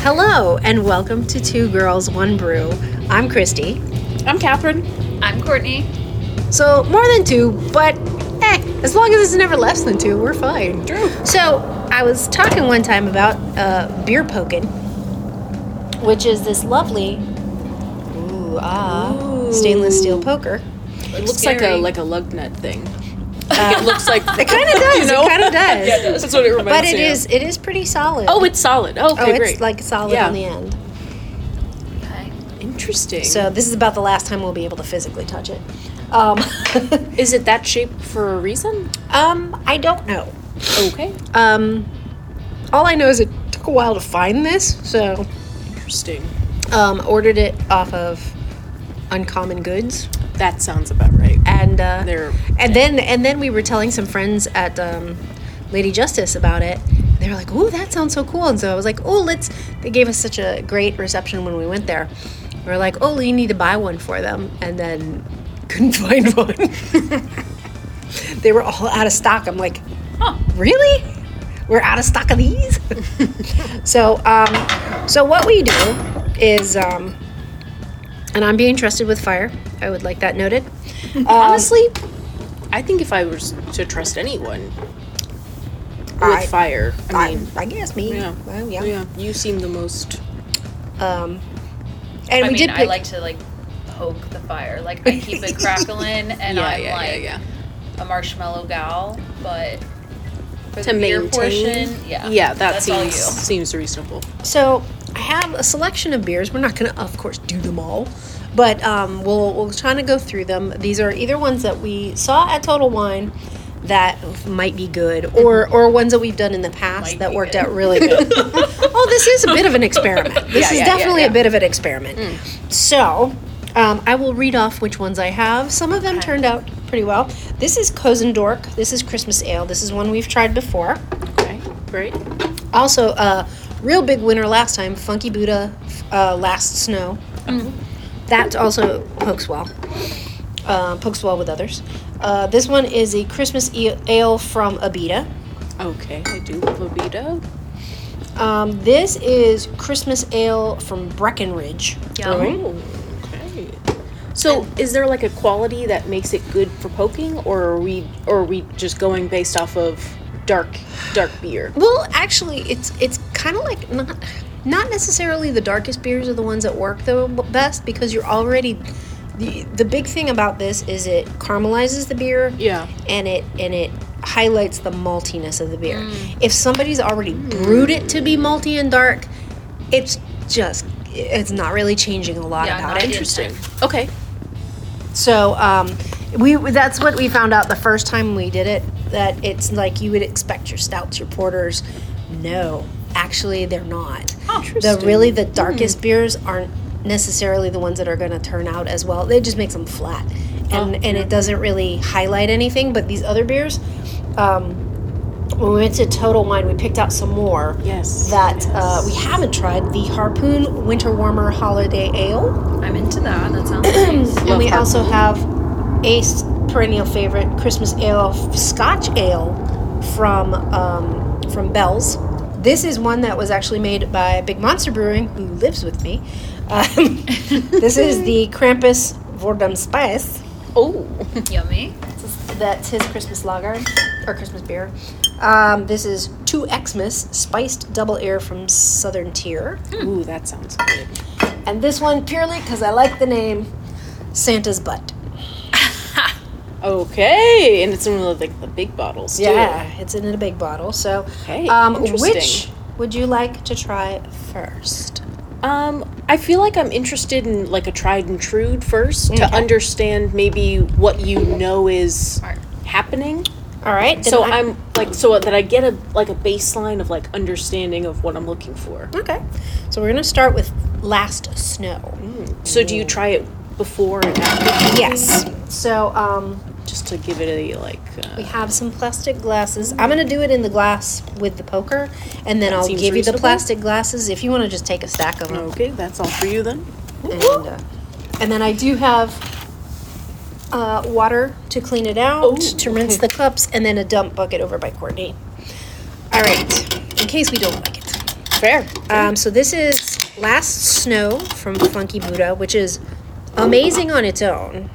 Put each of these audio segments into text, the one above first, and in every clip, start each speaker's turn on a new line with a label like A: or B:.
A: Hello, and welcome to Two Girls, One Brew. I'm Christy.
B: I'm Catherine.
C: I'm Courtney.
A: So, more than two, but eh, as long as it's never less than two, we're fine.
B: Drew.
A: So, I was talking one time about uh, beer poking, which is this lovely ooh, ah, stainless steel poker.
B: It looks like a
C: scary.
B: like a lug nut thing. Like, it looks like
A: Uh, It kind of does. It kind of does.
B: yeah, it does. That's what it reminds
A: But it
B: me of.
A: is it is pretty solid.
B: Oh, it's solid. Oh, okay,
A: oh, it's
B: great.
A: like solid
B: Yeah.
A: on the end.
C: Okay.
B: Interesting.
A: So this is about the last time we'll be able to physically touch it. Um,
B: is it that shape for a reason?
A: um I don't know.
B: Okay.
A: Um, all I know is it took a while to find this, so
B: Interesting.
A: um, ordered it off of Uncommon Goods,
B: That sounds about right.
A: and uh,
B: They're
A: and then and then we were telling some friends at um, Lady Justice about it. They were like, "Oh, that sounds so cool!" And so I was like, "Oh, let's." They gave us such a great reception when we went there. We were like, "Oh, you need to buy one for them," and then couldn't find one. they were all out of stock. I'm like,
C: Huh.
A: really? We're out of stock of these? so, um, so what we do is, um, and I'm being trusted with fire. I would like that noted. Um,
B: honestly. I think if I was to trust anyone with
A: I-
B: fire, I
A: I,
B: mean,
A: I guess me.
B: yeah,
A: Well, yeah.
B: You seem the most.
A: Um,
C: I
A: and we
C: mean,
A: did
C: I
A: pick.
C: like to like poke the fire. Like I keep it crackling, and
B: yeah,
C: I'm
B: yeah,
C: like
B: yeah,
C: a marshmallow gal, but for
B: yeah. To
C: the beer
B: maintain.
C: portion, yeah,
B: yeah, that
C: that's
B: seems
C: all you.
B: seems reasonable.
A: so I have a selection of beers. We're not going to, of course, do them all, but um, we'll we'll try to go through them. These are either ones that we saw at Total Wine that might be good, or or ones that we've done in the past
C: Might
A: that
C: be
A: worked
C: good.
A: out really good. oh, this is a bit of an experiment. This
B: Yeah,
A: is
B: yeah, yeah,
A: definitely
B: yeah. Mm.
A: a bit of an experiment. So. Um, I will read off which ones I have. Some of them turned out pretty well. This is Kozendork. This is Christmas Ale. This is one we've tried before.
B: Okay, great.
A: Also, uh, real big winner last time, Funky Buddha, uh, Last Snow. That also pokes well. Uh, pokes well with others. Uh, this one is a Christmas e- ale from Abita.
B: Okay, I do love a Vito.
A: Um, this is Christmas ale from Breckenridge.
C: Yum.
A: Brewing.
B: Oh, okay. So, is there like a quality that makes it good for poking, or are we, or are we just going based off of dark, dark beer?
A: Well, actually, it's it's kind of like not not necessarily the darkest beers are the ones that work the b- best because you're already the the big thing about this is it caramelizes the beer.
B: Yeah.
A: and it and it highlights the maltiness of the beer.
C: Mm.
A: If somebody's already brewed it to be malty and dark, it's just it's not really changing a lot
C: Yeah,
A: about
C: not
A: it.
C: yet.
B: Interesting. Okay.
A: So um, we that's what we found out the first time we did it that it's like you would expect your stouts, your porters. No, actually they're not. The really the
B: Hmm.
A: darkest beers aren't necessarily the ones that are going to turn out as well. It just makes them flat, and
B: Oh,
A: and it doesn't really highlight anything. But these other beers. Um, when we went to Total Wine, we picked out some more
B: Yes.
A: that uh, we haven't tried. The Harpoon Winter Warmer Holiday Ale.
C: I'm into that. That sounds nice.
A: And we
B: Love
A: also have Ace perennial favorite Christmas ale, Scotch ale from um, from Bell's. This is one that was actually made by Big Monster Brewing, who lives with me. Um, this is the Krampus Vordum Spice.
B: Oh.
C: Yummy.
A: That's his Christmas lager or Christmas beer. Um, this is Two Xmas Spiced Double Air from Southern Tier.
B: Ooh, that sounds good.
A: And this one purely because I like the name Santa's Butt.
B: Okay, and it's in one of like the big bottles. Too.
A: Yeah, it's in a big bottle. So,
B: Okay,
A: um,
B: interesting.
A: which would you like to try first?
B: Um, I feel like I'm interested in like a tried and true first to
A: Okay.
B: understand maybe what you know is
C: Smart.
B: happening.
A: All right. then
B: so
A: I-
B: I'm like so that I get a like a baseline of like understanding of what I'm looking for.
A: okay. So we're gonna start with last snow.
B: So do you
A: Mm.
B: try it before and after
A: Yes. So um,
B: just to give it a like
A: we
B: uh,
A: have some plastic glasses. I'm gonna do it in the glass with the poker, and then I'll
B: seems
A: give you the
B: reasonable.
A: plastic glasses if you want to just take a stack of them.
B: okay, that's all for you then.
A: And, uh, and then I do have. Uh, water to clean it out,
B: Oh,
A: to rinse the cups, and then a dump bucket over by Courtney. All right, in case we don't like it.
B: Fair.
A: Um, so this is Last Snow from Funky Buddha, which is amazing on its own.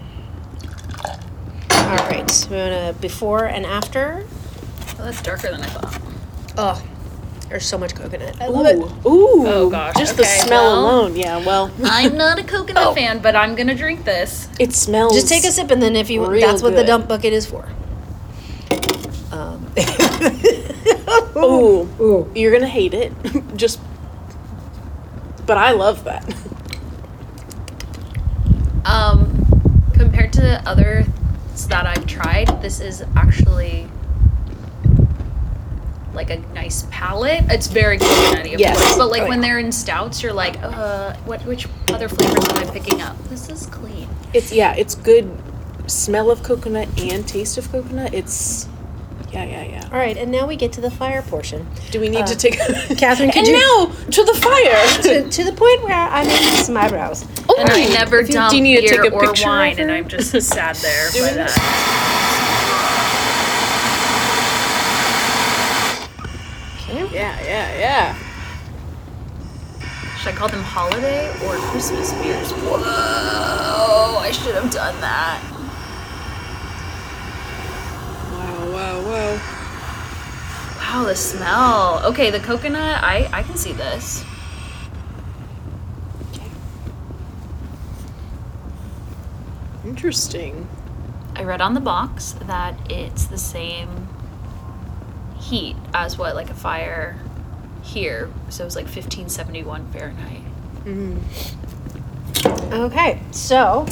A: All right, so we want to before and after.
D: Well, that's darker than I thought.
A: Oh, there's so much coconut.
D: I
B: Ooh.
D: love it.
B: Ooh.
D: Oh, gosh.
B: Just the
D: Okay,
B: smell
D: well-
B: alone. Yeah. Well,
D: I'm not a coconut
B: Oh.
D: fan, but I'm gonna drink this.
B: it smells.
A: Just take a sip, and then if you
B: Real
A: that's what the
B: good.
A: dump bucket is for. Um,
B: Ooh.
A: ooh,
B: You're gonna hate it. Just. But I love that.
D: Um, compared to the others that I've tried, this is actually like a nice palate. It's very coconutty, of
B: Yes.
D: course. But like
A: Oh,
D: when
A: yeah.
D: they're in stouts, you're like, uh, what? Which other flavors am I picking up? This is clean.
B: It's yeah. It's good. Smell of coconut and taste of coconut. It's. Yeah, yeah, yeah.
A: All right, and now we get to the fire portion.
B: Do we need
A: Uh,
B: to take?
A: Catherine, could
B: and
A: you-
B: now to the fire.
A: to, to the point where I made some eyebrows.
D: And I
B: Ooh.
D: never
B: Do-
D: dump
B: Do Oh you need to
D: beer
B: take a
D: or
B: picture of
D: wine, and
B: her?
D: I'm just sad there by
B: Doing
D: that.
B: Yeah, yeah, yeah.
D: Should I call them holiday or Christmas beers? Whoa! I should have done that.
B: Wow, wow, wow.
D: Wow, the smell. Okay, the coconut. I I can see this.
B: Interesting.
D: I read on the box that it's the same heat as what like a fire here. So it was like 1571 Fahrenheit.
B: Mm-hmm.
A: Okay, so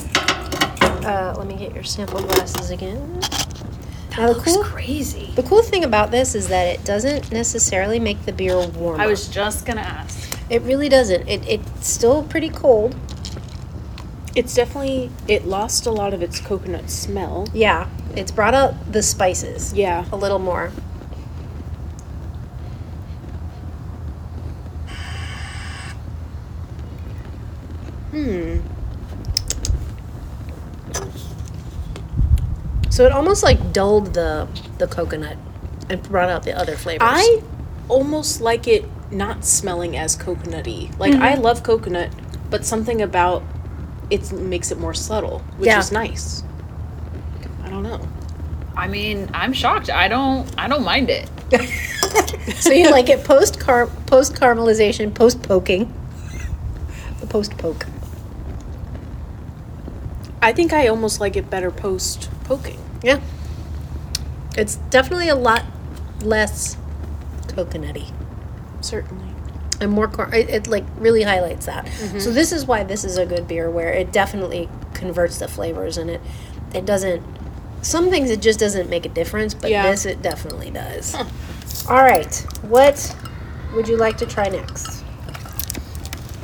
A: uh, let me get your sample glasses again.
D: That
A: Now, the
D: looks
A: Oh, cool-
D: crazy.
A: The cool thing about this is that it doesn't necessarily make the beer warm.
D: I was just gonna ask.
A: It really doesn't. It, it's still pretty cold.
B: It's definitely it lost a lot of its coconut smell.
A: Yeah, it's brought out the spices
B: Yeah.
A: a little more.
B: Hmm.
A: So it almost like dulled the the coconut and brought out the other flavors.
B: I almost like it not smelling as coconutty. Like I
D: Mm-hmm.
B: love coconut, but something about it makes it more subtle, which
A: Yeah.
B: is nice. I don't know.
D: I mean, I'm shocked. I don't I don't mind it.
A: so you like it post car post caramelization, post poking, the post poke.
B: I think I almost like it better post poking.
A: Yeah, it's definitely a lot less coconutty
B: Certainly.
A: and more. Car- it, it like really highlights that.
B: Mm-hmm.
A: So this is why this is a good beer, where it definitely converts the flavors and it it doesn't. Some things it just doesn't make a difference, but
B: Yeah.
A: this it definitely does. All right, what would you like to try next?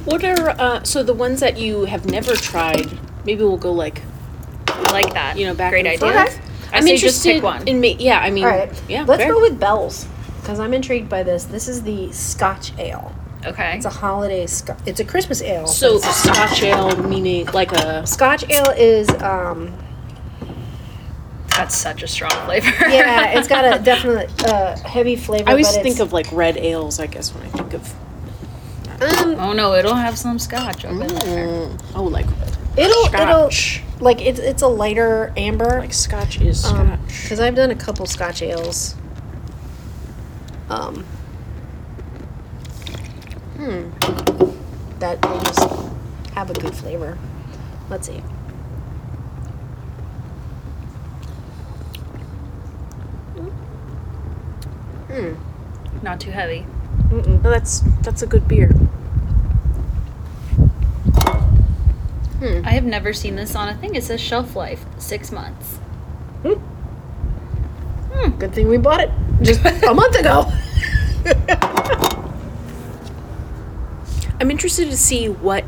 B: What are uh, so the ones that you have never tried? Maybe we'll go like
D: I like that.
B: you know back
D: Great
B: and
D: idea.
B: forth.
A: Okay.
D: I
B: I'm
D: say
B: interested
D: just pick one.
B: in me. Yeah, I mean,
A: All right.
B: yeah.
A: Let's
B: fair.
A: go with Bell's because I'm intrigued by this. This is the Scotch Ale.
D: okay.
A: It's a holiday. Sc- it's a Christmas ale.
B: So Scotch ale meaning like a
A: Scotch ale is um
D: That's such a strong flavor.
A: yeah, it's got a definite uh, heavy flavor.
B: I always
A: but
B: think
A: it's-
B: of like red ales, I guess, when I think of.
A: um
D: Oh no, it'll have some scotch. over there.
B: Mm, oh, like
A: it'll
B: Scotch.
A: it'll like it's it's a lighter amber.
B: like Scotch is
A: Um
B: Scotch.
A: because I've done a couple Scotch ales. Um. Hmm. That they just have a good flavor. Let's see. Hmm.
D: Not too heavy.
A: Mm-mm.
B: No, that's that's a good beer.
D: I have never seen this on a thing. It says shelf life six months.
A: Hmm. Good thing we bought it just a month ago.
B: I'm interested to see what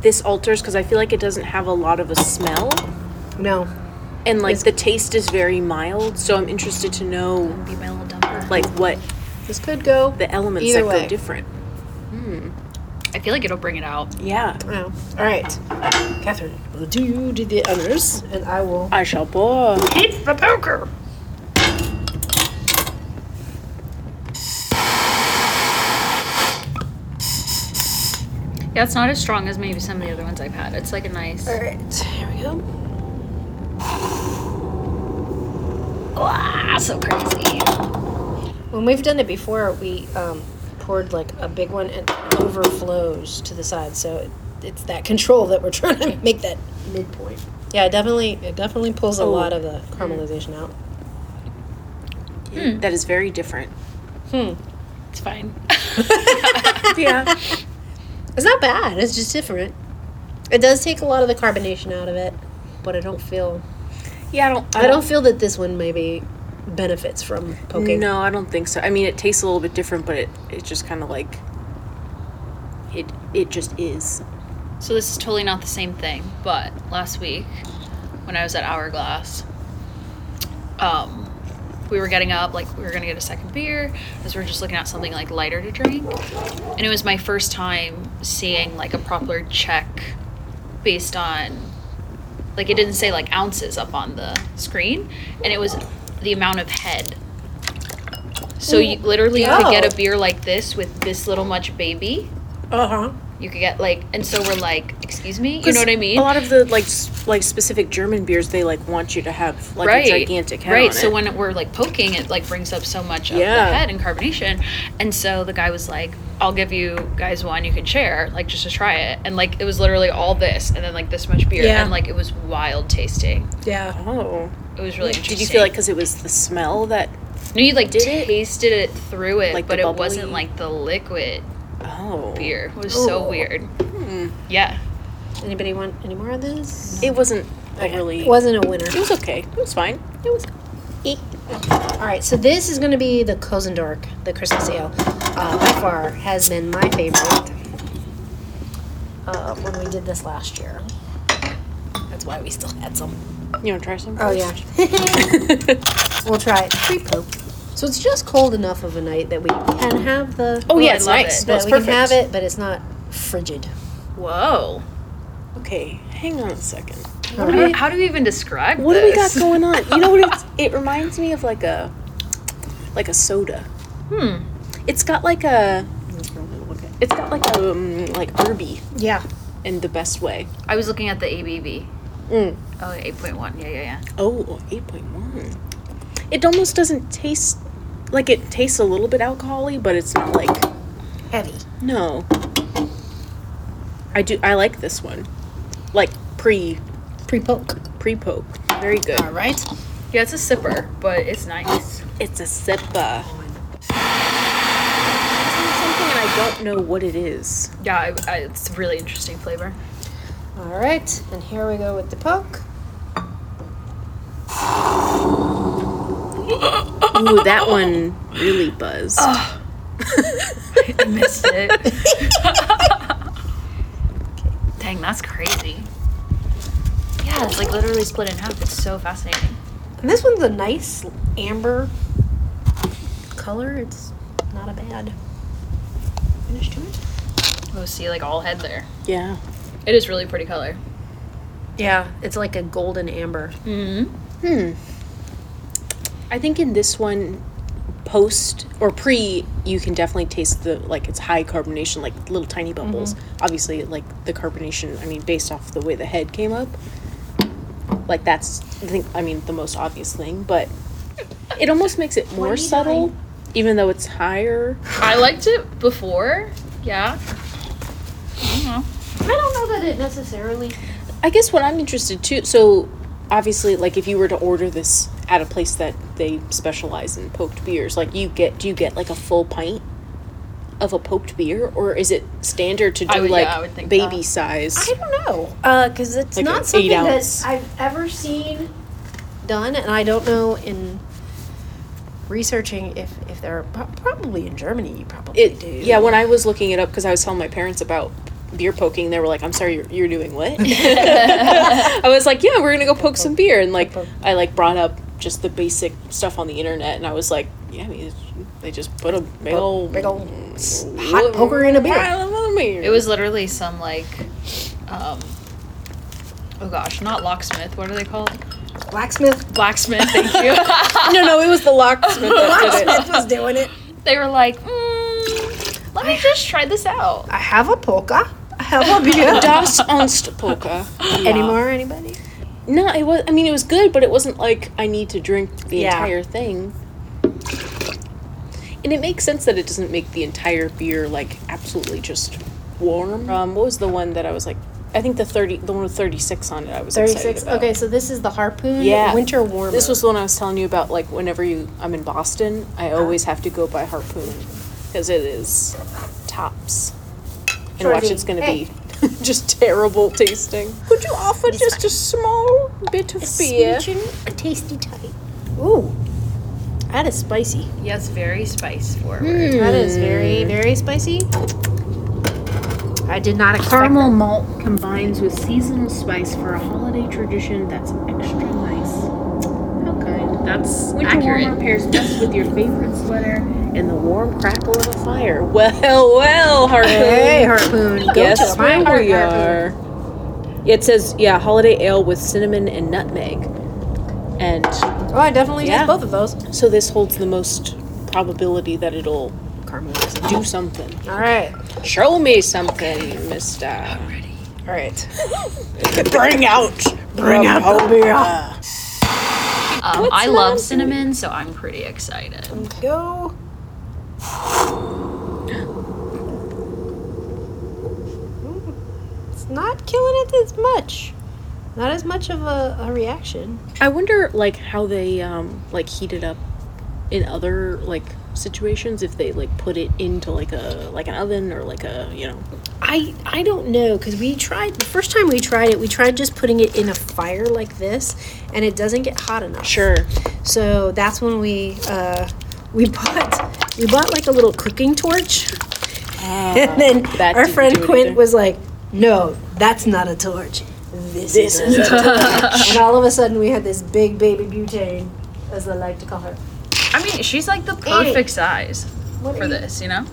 B: this alters because I feel like it doesn't have a lot of a smell,
A: No.
B: and like
A: Is-
B: the taste is very mild. So I'm interested to know
D: Be my little dumper.
B: like what
A: This could go.
B: the elements
A: Either
B: that
A: way.
B: go different.
D: I feel like it'll bring it out.
B: Yeah,
A: Wow. All right. Catherine, will do you do the honors, and I will.
B: I shall pour.
D: It's the poker. That's not as strong as maybe some of the other ones I've had. It's like a nice.
A: All right, here we go.
D: Ah, so crazy.
A: When we've done it before, we um, poured like a big one and it overflows to the side. So it, it's that control that we're trying to make that midpoint. Yeah, it definitely it definitely pulls a
B: Oh.
A: lot of the caramelization out.
B: That is very different.
A: Hmm.
D: It's fine.
B: yeah.
A: It's not bad. It's just different. It does take a lot of the carbonation out of it, but I don't feel
B: Yeah, I don't.
A: I don't feel that this one maybe benefits from poking.
B: No, I don't think so. I mean, it tastes a little bit different, but it it just kind of like it it just is.
D: So this is totally not the same thing, but last week when I was at Hourglass, um, we were getting up, like we were gonna get a second beer, as we were just looking at something like lighter to drink. And it was my first time seeing like a proper check based on like it didn't say like ounces up on the screen, and it was the amount of head. So you literally you could get
A: Oh.
D: a beer like this with this little much baby
A: Uh huh.
D: you could get like and so we're like excuse me you know what i mean
B: A lot of the like s- like specific German beers, they like want you to have like
D: right
B: a gigantic head
D: right
B: on
D: so
B: it.
D: when it- we're like poking it like brings up so much of
B: Yeah.
D: the head and carbonation and so the guy was like i'll give you guys one you can share like just to try it and like it was literally all this and then like this much beer
A: Yeah.
D: and like it was wild tasting
A: Yeah.
B: oh,
D: it was really interesting
B: did you feel like because it was the smell that?
D: no you like
B: did it?
D: tasted it through it
B: Like the
D: but it wasn't
B: bubbly-
D: like the liquid
B: Oh,
D: beer it was so
A: Ooh.
D: weird
B: Hmm.
D: yeah
A: Anybody want any more of this?
B: It wasn't a really.
A: It wasn't a winner.
B: It was okay. It was fine.
A: It was. Eh. All right, so this is going to be the Cozen Dark, the Christmas ale. Uh, by far has been my favorite uh, when we did this last year. That's why we still had some.
B: You want to try some?
A: Oh yeah, we'll try it pre-poke. So it's just cold enough of a night that we can have the.
B: oh
D: Ooh,
B: yeah,
D: I
B: it's
D: love
B: nice.
D: it.
B: No,
A: that
B: it's
A: we
B: perfect.
A: can have it, but it's not frigid.
D: whoa
B: Okay, hang on a second.
D: What do we- how do we even describe
B: What do we got
D: this?
B: going on? You know what? It's, it reminds me of like a like a soda.
D: Hmm.
B: It's got like a it's got like a um, like Irby
A: Yeah.
B: in the best way.
D: I was looking at the ABV.
B: Mm.
D: Oh, 8.1. Yeah, yeah, yeah.
B: Oh, 8.1. It almost doesn't taste like it tastes a little bit alcoholic, but it's not like
A: Heavy.
B: no. I do I like this one. Like pre
A: Pre-poke.
B: pre poke. Very good.
A: All right.
D: Yeah, it's a sipper, but it's nice.
B: It's a sippa. Something and I don't know what it is.
D: Yeah, I, I, it's really interesting flavor.
A: All right, and here we go with the poke.
B: Ooh, that one really buzzed.
D: I missed it. Dang, that's crazy. Yeah, it's like literally split in half. It's so fascinating.
A: And this one's a nice amber color. It's not a bad finish to it.
D: Oh, see, like all head there.
B: Yeah.
D: It is really pretty color.
A: Yeah, it's like a golden amber.
D: Mm-hmm.
B: Hmm. I think in this one, post or pre, you can definitely taste the like it's high carbonation, like little tiny bubbles. Obviously, like the carbonation. I mean, based off the way the head came up, like that's I think I mean the most obvious thing, but it almost makes it more subtle, even though it's higher.
D: I liked it before. Yeah. I don't know.
A: I don't know that it necessarily.
B: I guess what I'm interested too. So, obviously, like if you were to order this at a place that they specialize in poked beers, like you get, do you get like a full pint of a poked beer, or is it standard to
D: I
B: do
D: would- yeah,
B: like
D: I would think
B: baby
D: that.
B: size?
A: I don't know. Uh, because it's
B: Like an
A: not something
B: eight ounce.
A: that I've ever seen done, and I don't know in researching if if there are pro- probably in Germany you probably
B: it,
A: do.
B: yeah. When I was looking it up, because I was telling my parents about beer poking, they were like, "I'm sorry, you're, you're doing what?" I was like, "Yeah, we're gonna go poke some beer," and like I like brought up just the basic stuff on the internet, and I was like, "Yeah, I mean." They just put a big old
A: big old s- hot poker in a beer.
D: It was literally some like, um, oh gosh, not locksmith. What are they called?
A: Blacksmith
D: Blacksmith. Thank you.
B: no, no. It was the locksmith that did it.
A: Blacksmith was doing it.
D: they were like, mm, let me just try this out.
A: I have a polka. I How about you?
B: Das Unst Polka.
A: Anymore, anybody?
B: No, it was. I mean, it was good, but it wasn't like I need to drink the
A: Yeah.
B: entire thing. And it makes sense that it doesn't make the entire beer like absolutely just warm. Um, what was the one that I was like? I think the thirty, the one with thirty six on it. I was excited
A: 36.
B: about.
A: Okay, so this is the Harpoon
B: Yeah.
A: Winter Warmer.
B: This was the one I was telling you about. Like whenever you, I'm in Boston, I always have to go by Harpoon because it is tops. And watch,
A: Shorty,
B: it's gonna
A: hey.
B: be just terrible tasting. Could you offer just a small bit of beer?
A: Smooching, a tasty type. Ooh. That is spicy.
D: Yes, very spice forward.
A: That is very, very spicy. I did not expect
E: Caramel
A: that.
E: malt combines with seasonal spice for a holiday tradition that's extra nice. How kind. That's Winter
D: accurate.
E: warmer pairs best with your favorite sweater and the warm crackle of a fire.
B: Well, well, Harpoon.
A: Hey, Harpoon. Go
B: Yes,
A: to my
B: where
A: heart,
B: we
A: Harpoon.
B: are. It says, yeah, holiday ale with cinnamon and nutmeg. And
A: Oh, I definitely
B: Yeah.
A: did both of those.
B: so this holds the most probability that it'll do something.
A: All right.
B: Show me something, mister.
A: All right.
B: Bring out. Bring out
D: Um, I love cinnamon, so I'm pretty excited.
A: Go. Mm, It's not killing it as much. Not as much of a, a reaction.
B: I wonder, like, how they, um, like, heat it up in other, like, situations if they like put it into like a like an oven or like a you know
A: I I don't know because we tried the first time we tried it. We tried just putting it in a fire like this, and it doesn't get hot enough. So that's when we uh, we bought we bought like a little cooking torch, and then
B: that
A: our
B: didn't
A: friend
B: do it
A: Quint
B: either.
A: was like, "No, that's not a torch. This, is, a torch." and all of a sudden, we had this big baby butane, as I like to call her.
D: I mean, she's like the perfect size for this, you know?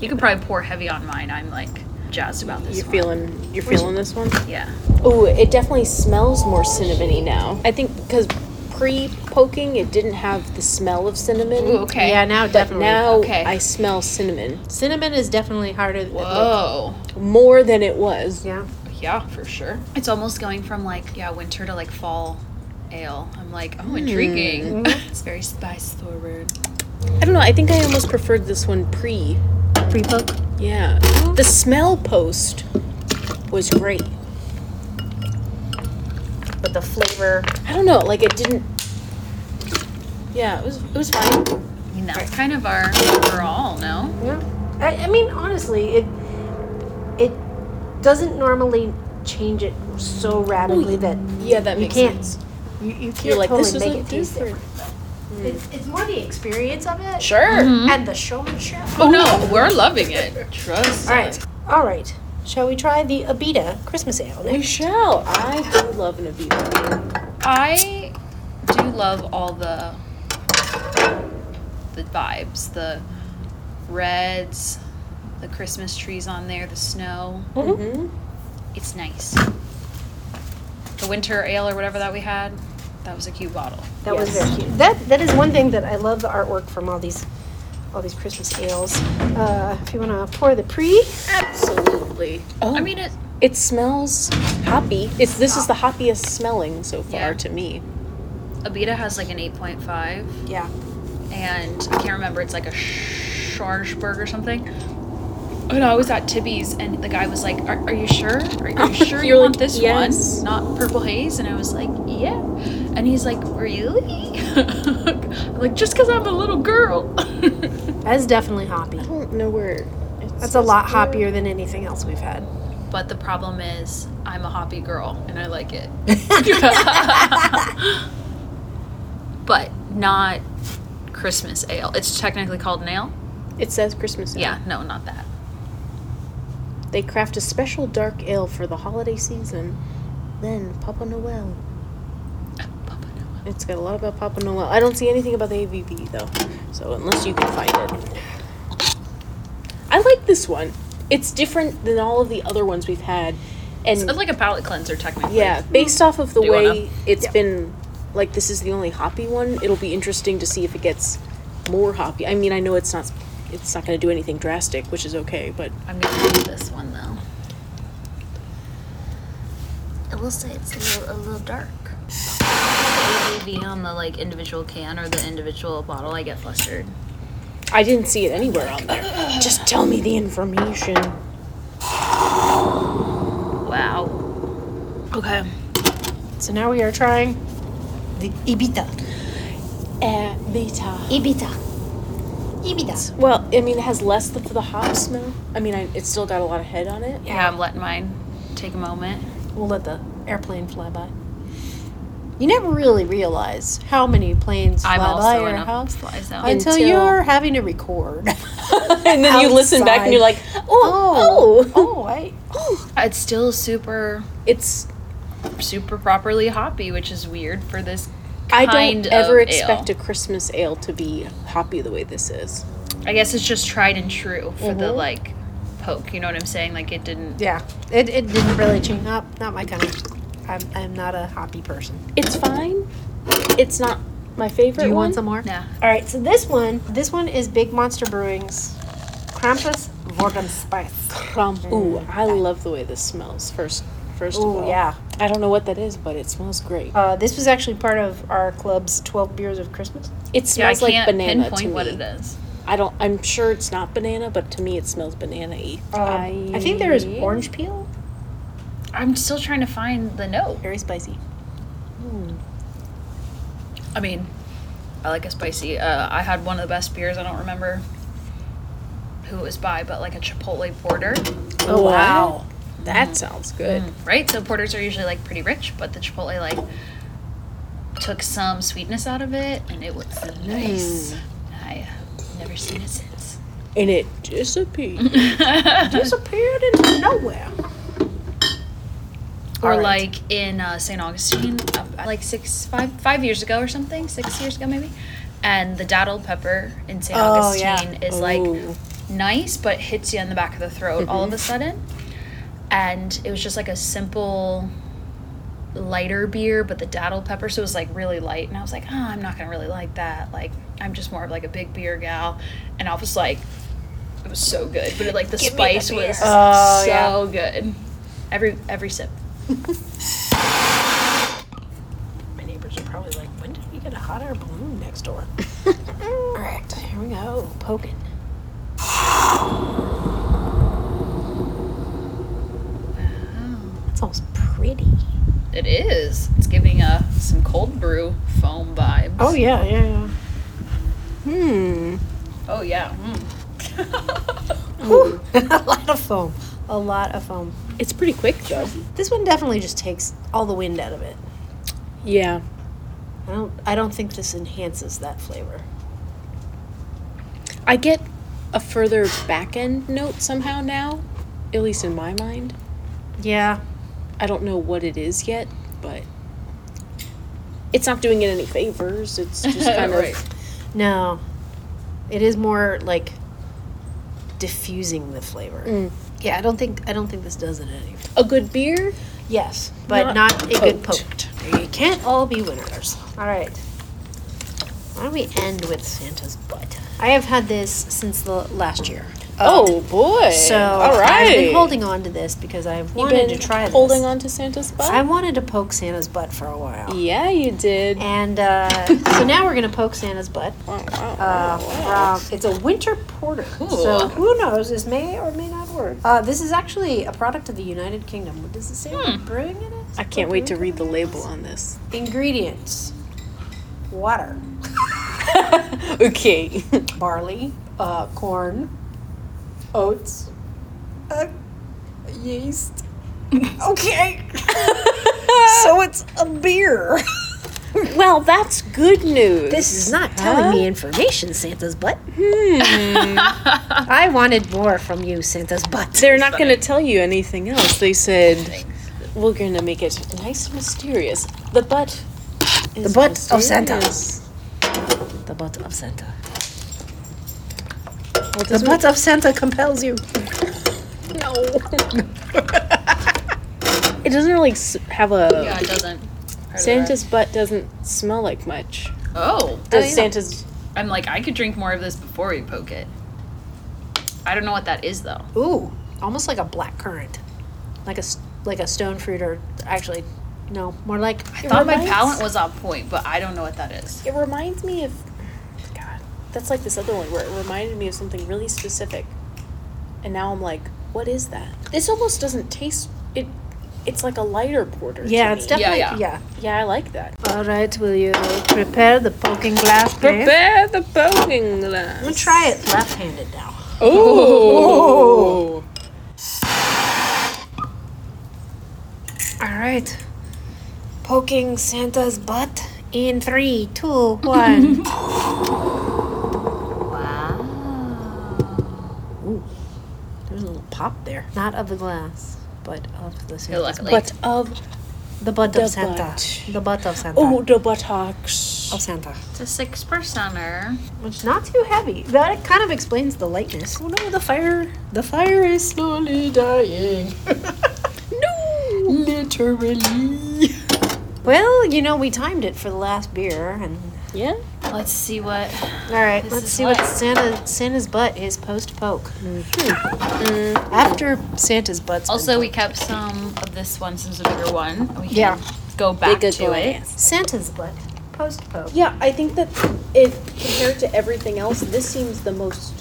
D: You could probably pour heavy on mine. I'm like jazzed about this.
B: you're
D: one.
B: feeling you're feeling this one
D: Yeah.
B: Oh, it definitely smells more cinnamony now. I think because pre poking, it didn't have the smell of cinnamon.
D: Ooh, okay.
A: Yeah, now
B: But
A: definitely.
B: now
D: Okay.
B: I smell cinnamon
A: cinnamon is definitely harder. Than
D: Whoa.
B: more than it was.
A: Yeah.
D: Yeah, for sure. It's almost going from like, yeah, winter to like fall ale. I'm like, oh, intriguing. it's very spice forward.
B: I don't know. I think I almost preferred this one pre.
A: Pre poke.
B: Yeah. The smell post was great.
A: But the flavor.
B: I don't know. Like it didn't. Yeah, it was it was fine.
D: I mean, that's kind of our overall, no?
A: Yeah. I, I mean, honestly, it it doesn't normally change it so rapidly that
B: Yeah, that
A: You
B: makes
A: can't.
B: sense.
A: you, you can't
B: You're like
A: totally
B: this
A: make
B: isn't
A: it taste
B: different.
A: different. It's, it's more the experience of it
B: Sure.
A: and the showmanship.
D: Oh, no, we're loving it. Trust.
A: All right, all right. Shall we try the Abita Christmas Ale?
B: We
A: Next?
B: shall. I do love an Aviva.
D: I do love all the the vibes, the reds, the Christmas trees on there, the snow.
B: Mm-hmm.
D: It's nice. The winter ale or whatever that we had, that was a cute bottle.
A: That was very cute. That that is one thing that I love the artwork from all these all these Christmas ales. Uh, if you want to pour the pre,
B: Absolutely. Oh.
D: I mean, it
B: It smells hoppy. It's this is the hoppiest smelling so far
D: Yeah.
B: to me.
D: Abita has like an 8.5
A: yeah,
D: and I can't remember. It's like a Sch- Schwarzburg or something. And I was at Tibby's, and the guy was like, "Are, are you sure? Are, are you sure you
B: You're
D: want
B: like,
D: this
B: "Yes."
D: one, not Purple Haze?" And I was like, "Yeah." And he's like, "Really?" I'm like, "Just because I'm a little girl."
A: that is definitely hoppy.
B: I don't know where. It's
A: That's a lot hoppier than anything else we've had.
D: but the problem is, I'm a hoppy girl, and I like it. but not Christmas ale. It's technically called an ale.
B: It says Christmas. ale.
D: Yeah, no, not that.
B: They craft a special dark ale for the holiday season. Then Papa Noel.
D: Papa Noel.
B: It's got a lot about Papa Noel. I don't see anything about the ABV though. So unless you can find it. I like this one. It's different than all of the other ones we've had. And
D: It's like a palate cleanser, technically.
B: Yeah, based off of the
D: hmm. Do you wanna-
B: way it's been, like this is the only hoppy one. It'll be interesting to see if it gets more hoppy. I mean, I know it's not, it's not going to do anything drastic, which is okay. But
D: I'm gonna do this one though.
C: I will say it's a little, a little dark. The ABV on the like individual can or the individual bottle, I get flustered.
B: I didn't see it anywhere on there. Just tell me the information.
C: Wow.
D: Okay.
B: So now we are trying
A: The Ibita.
D: Uh,
B: Abita.
A: Ibita. Ibita.
B: Well, I mean, it has less of the hop smell. I mean, I, it's still got a lot of head on it.
D: Yeah. I'm letting mine take a moment.
A: We'll let the airplane fly by. You never really realize how many planes fly
D: I'm
A: by
D: also
A: your
D: in a
A: house
D: fly zone.
A: until,
B: Until-
A: you're having to record.
B: and then you listen back and you're like, oh, oh.
A: oh, I,
D: It's still super,
B: It's.
D: super properly hoppy, which is weird for this.
B: I
D: Kind
B: don't ever
D: of
B: expect
D: ale.
B: a Christmas ale to be hoppy the way this is.
D: I guess it's just tried and true for the like poke. You know what I'm saying? Like it didn't.
A: yeah, it, it didn't really change up. Not my kind of. I'm, I'm not a hoppy person.
B: It's fine. It's not my favorite.
A: Do you
B: one.
A: want some more?
D: Nah.
A: All right, so this one, this one is Big Monster Brewing's Krampus Vorden Spice.
B: Crumb. Ooh, I love the way this smells. First, first of
A: Oh
B: all,
A: yeah.
B: I don't know what that is, but it smells great.
A: Uh, this was actually part of our club's 12 beers of Christmas.
B: It
D: Yeah, I
B: smells like
D: can't
B: banana to
D: pinpoint
B: me.
D: what it is.
B: I don't. I'm sure it's not banana, but to me, it smells banana-y.
A: Um, I... think there is orange peel.
D: I'm still trying to find the note.
A: Very spicy.
D: I mean, I like a spicy. Uh, I had one of the best beers. I don't remember who it was by, but like a Chipotle porter,
B: Oh wow, that sounds good.
A: Mm.
D: right? So porters are usually like pretty rich, but the Chipotle like took some sweetness out of it, and it was nice. I uh, never seen it since.
B: And it disappeared.
A: Disappeared into nowhere.
D: or
A: All right.
D: like in uh, St. Augustine, uh, like six, five, five years ago or something, six years ago maybe. And the dattle pepper in St.
A: Oh, yeah.
D: Augustine is
B: Ooh.
D: like nice, but hits you in the back of the throat all of a
A: Mm-hmm.
D: sudden. And it was just like a simple, lighter beer, but the dattle pepper, so it was like really light. And I was like, oh, I'm not gonna really like that. Like, I'm just more of like a big beer gal. And I was like, it was so good, but it, like the spice was
A: Oh,
D: so
A: yeah.
D: good. Every every sip.
A: My neighbors are probably like, when did we get a hot air balloon next door? All right, here we go. Poking. That sounds pretty.
D: It is. It's giving uh some cold brew foam vibes.
A: Oh, yeah, yeah, yeah.
B: Hmm.
D: Oh yeah.
A: Whew. a lot of foam. A lot of foam.
B: It's pretty quick though.
A: This one definitely just takes all the wind out of it.
B: Yeah.
A: I don't. I don't think this enhances that flavor.
B: I get a further back end note somehow now, at least in my mind.
A: Yeah.
B: I don't know what it is yet, but it's not doing it any favors. It's just kind
D: Right.
B: of
A: No. It is more like diffusing the flavor. Yeah. I don't think. I don't think this does it any.
B: a good beer.
A: Yes, but not, a good poked.
B: poked.
A: You can't all be winners. All right. Why don't we end with Santa's butt? I have had this since the last year.
B: Oh boy!
A: So
B: all
A: I've
B: right,
A: been holding on to this because I've
B: You've
A: wanted
B: been
A: to try this.
B: holding on to Santa's butt.
A: I wanted to poke Santa's butt for a while.
B: yeah, you did.
A: And uh, so now we're gonna poke Santa's butt.
B: Wow, wow,
A: Uh,
B: wow.
A: from- it's a winter porter, so who knows? This may or may not work. Uh, this is actually a product of the United Kingdom. What does it say? what Brewing it is?
B: I can't wait to read the label on this.
A: Ingredients: water,
B: okay.
A: barley, uh, corn, oats, uh, yeast. Okay, so it's a beer.
B: well, that's good news.
A: This is not telling me information, Santa's butt.
B: hmm,
A: I wanted more from you, Santa's butt.
B: They're not going to tell you anything else. They said we're going to make it nice and mysterious. The butt. Is
A: butt of Santa.
B: mysterious.
A: The butt of Santa. The
B: Well, doesn't
A: butt of Santa compels you.
B: No. it doesn't really s- have a.
D: Yeah, it doesn't.
B: Santa's butt doesn't smell like much.
D: Oh.
B: Does Santa's.
D: I'm like, I could drink more of this before we poke it. I don't know what that is though.
A: Ooh, almost like a black currant, like a s- like a stone fruit or actually no, more like
D: I thought my
B: reminds-
D: palate was on point, but I don't know what that is.
B: It reminds me of God. That's like this other one where it reminded me of something really specific. And now I'm like, what is that? This almost doesn't taste it it's like a lighter porter. to
A: yeah, it's
B: me.
A: definitely
D: yeah.
A: yeah,
B: Yeah, I like that.
A: All right, will you prepare the poking glass, please?
B: Prepare the poking glass.
A: I'm gonna try it left-handed now.
B: Oh.
A: All right, poking Santa's butt in three, two, one.
C: Wow.
A: There's a little pop there, not of the glass, but of the
D: It
A: Santa's
D: looked like
B: But of
A: The butt
B: The
A: of Santa.
B: butt.
A: The butt of Santa.
B: oh the buttocks.
A: Of Santa.
D: it's a six percenter.
A: Which not too heavy. That kind of explains the lightness.
B: Oh no, the fire the fire is slowly dying. no literally.
A: Well, you know, we timed it for the last beer, and
B: Yeah?
D: Let's see what
A: all right,
D: This
A: let's
D: is
A: see what
D: what-
A: Santa Santa's butt is post poke. Mm-hmm. After Santa's butt's been
D: Also, we
A: poked.
D: kept some of this one, since it's a bigger one. We can
A: Yeah.
D: go back
B: Bigger
D: to it.
A: Santa's butt post poke.
B: Yeah, I think that if compared to everything else, this seems the most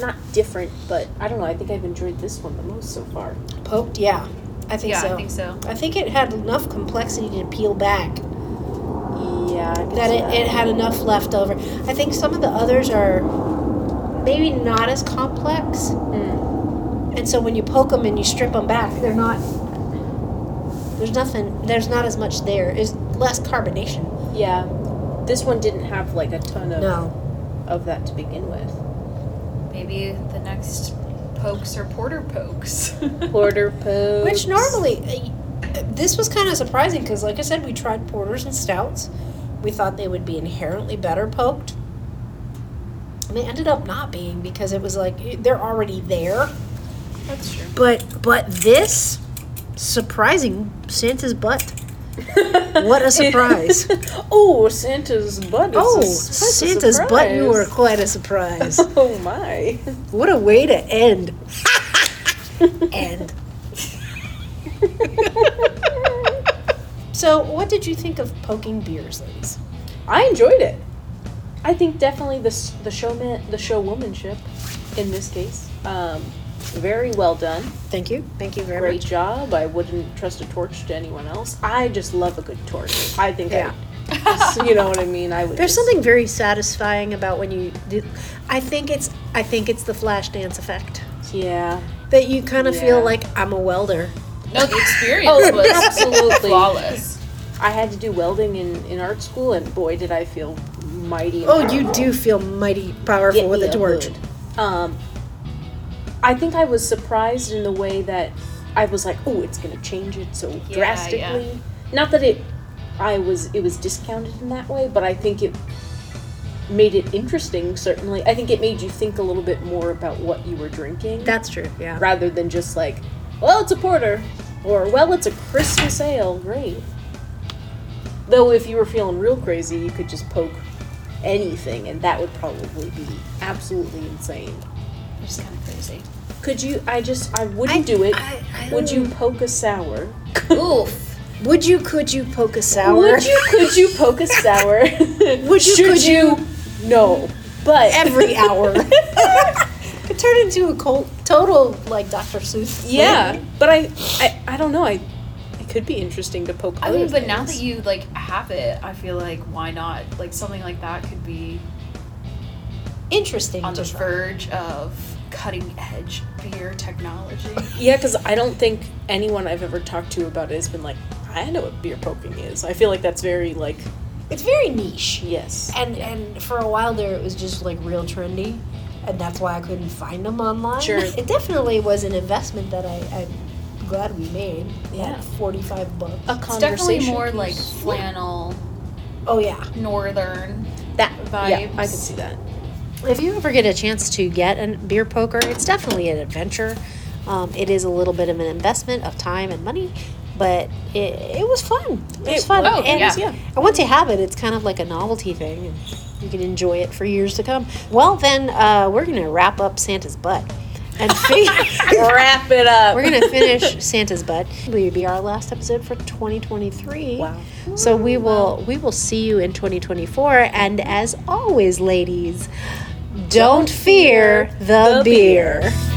B: not different, but I don't know. I think I've enjoyed this one the most so far.
A: Poked, yeah, I think
D: Yeah,
A: so.
D: I think so.
A: I think it had enough complexity to peel back
B: Yeah, I
A: that it, it had enough left over. I think some of the others are maybe not as complex, and so when you poke them and you strip them back, they're not. There's nothing. There's not as much there. Is less carbonation.
B: yeah. This one didn't have like a ton of
A: No.
B: of that to begin with.
C: Maybe the next pokes or porter pokes.
B: Porter pose.
A: Which normally, uh, this was kind of surprising because, like I said, we tried porters and stouts. We thought they would be inherently better poked. And they ended up not being because it was like eh, they're already there.
B: That's true.
A: But but this surprising Santa's butt. What a surprise!
B: oh, Santa's butt. Is
A: oh,
B: a, s- quite a
A: Santa's butt! You were
B: surprise.
A: quite a surprise.
B: Oh my.
A: what a way to end. end. So, what did you think of poking beers, ladies?
B: I enjoyed it. I think definitely the s- the showman the showwomanship in this case. Um, very well done.
A: Thank you. Thank you very
B: Great job. I wouldn't trust a torch to anyone else. I just love a good torch. I think
A: Yeah.
B: I just- you know what I mean? I would
A: There's
B: just-
A: something very satisfying about when you do. I think it's. I think it's the flash dance effect
B: Yeah.
A: that you kind of feel
B: Yeah.
A: like I'm a welder.
D: No, the experience
B: Oh,
D: was
B: absolutely.
D: flawless.
B: I had to do welding in, in art school and boy did I feel mighty
A: Oh, you do feel mighty powerful
B: Get
A: with
B: me
A: a
B: a
A: torch.
B: hood. Um, I think I was surprised in the way that I was like, "Oh, it's going to change it so
D: yeah.
B: drastically." Not that it, I was it was discounted in that way, but I think it made it interesting. Certainly, I think it made you think a little bit more about what you were drinking,
A: That's true. Yeah.
B: rather than just like, "Well, it's a porter," or "Well, it's a Christmas ale." Great. Though, if you were feeling real crazy, you could just poke anything, and that would probably be absolutely insane.
D: Which is kind of crazy.
B: Could you? I just I wouldn't do it.
A: I- I
B: would
A: don't-
B: you poke a sour?
D: Oof.
A: Would you? Could you poke a sour?
B: Would you? Could you poke a sour?
A: Would you-
B: Should
A: could you-
B: No, but
A: Every hour. It turned into a cult, total like Dr. Seuss. thing.
B: yeah, but I, I I don't know. I it could be interesting to poke.
D: I mean,
B: other
D: but now
B: things.
D: that you like have it, I feel like why not? Like something like that could be
A: Interesting.
D: on the
A: to try.
D: verge of cutting edge beer technology.
B: yeah, because I don't think anyone I've ever talked to about it has been like, I know what beer poking is. I feel like that's very like
A: It's very niche.
B: yes.
A: And and for a while there, it was just like real trendy, and that's why I couldn't find them online.
B: Sure.
A: It definitely was an investment that I, I'm glad we made.
B: Yeah.
A: At 45 bucks.
B: A
D: It's
B: conversation.
D: definitely more like
B: piece.
D: flannel,
A: oh yeah.
D: northern.
B: that Yeah,
D: vibes.
B: I could see that.
A: If you ever get a chance to get a beer poker, it's definitely an adventure. Um, it is a little bit of an investment of time and money, but it, it was fun. It was
B: It
A: fun.
D: was, Oh,
A: and,
D: yeah.
B: Yeah.
A: and once you have it, it's kind of like a novelty thing, and you can enjoy it for years to come. Well, then, uh, we're going to wrap up Santa's Butt. and fe-
B: Wrap it up.
A: we're gonna finish Santa's butt. Will be our last episode for 2023.
B: Wow.
A: So we will we will see you in 2024. And as always, ladies, don't, fear the, beer.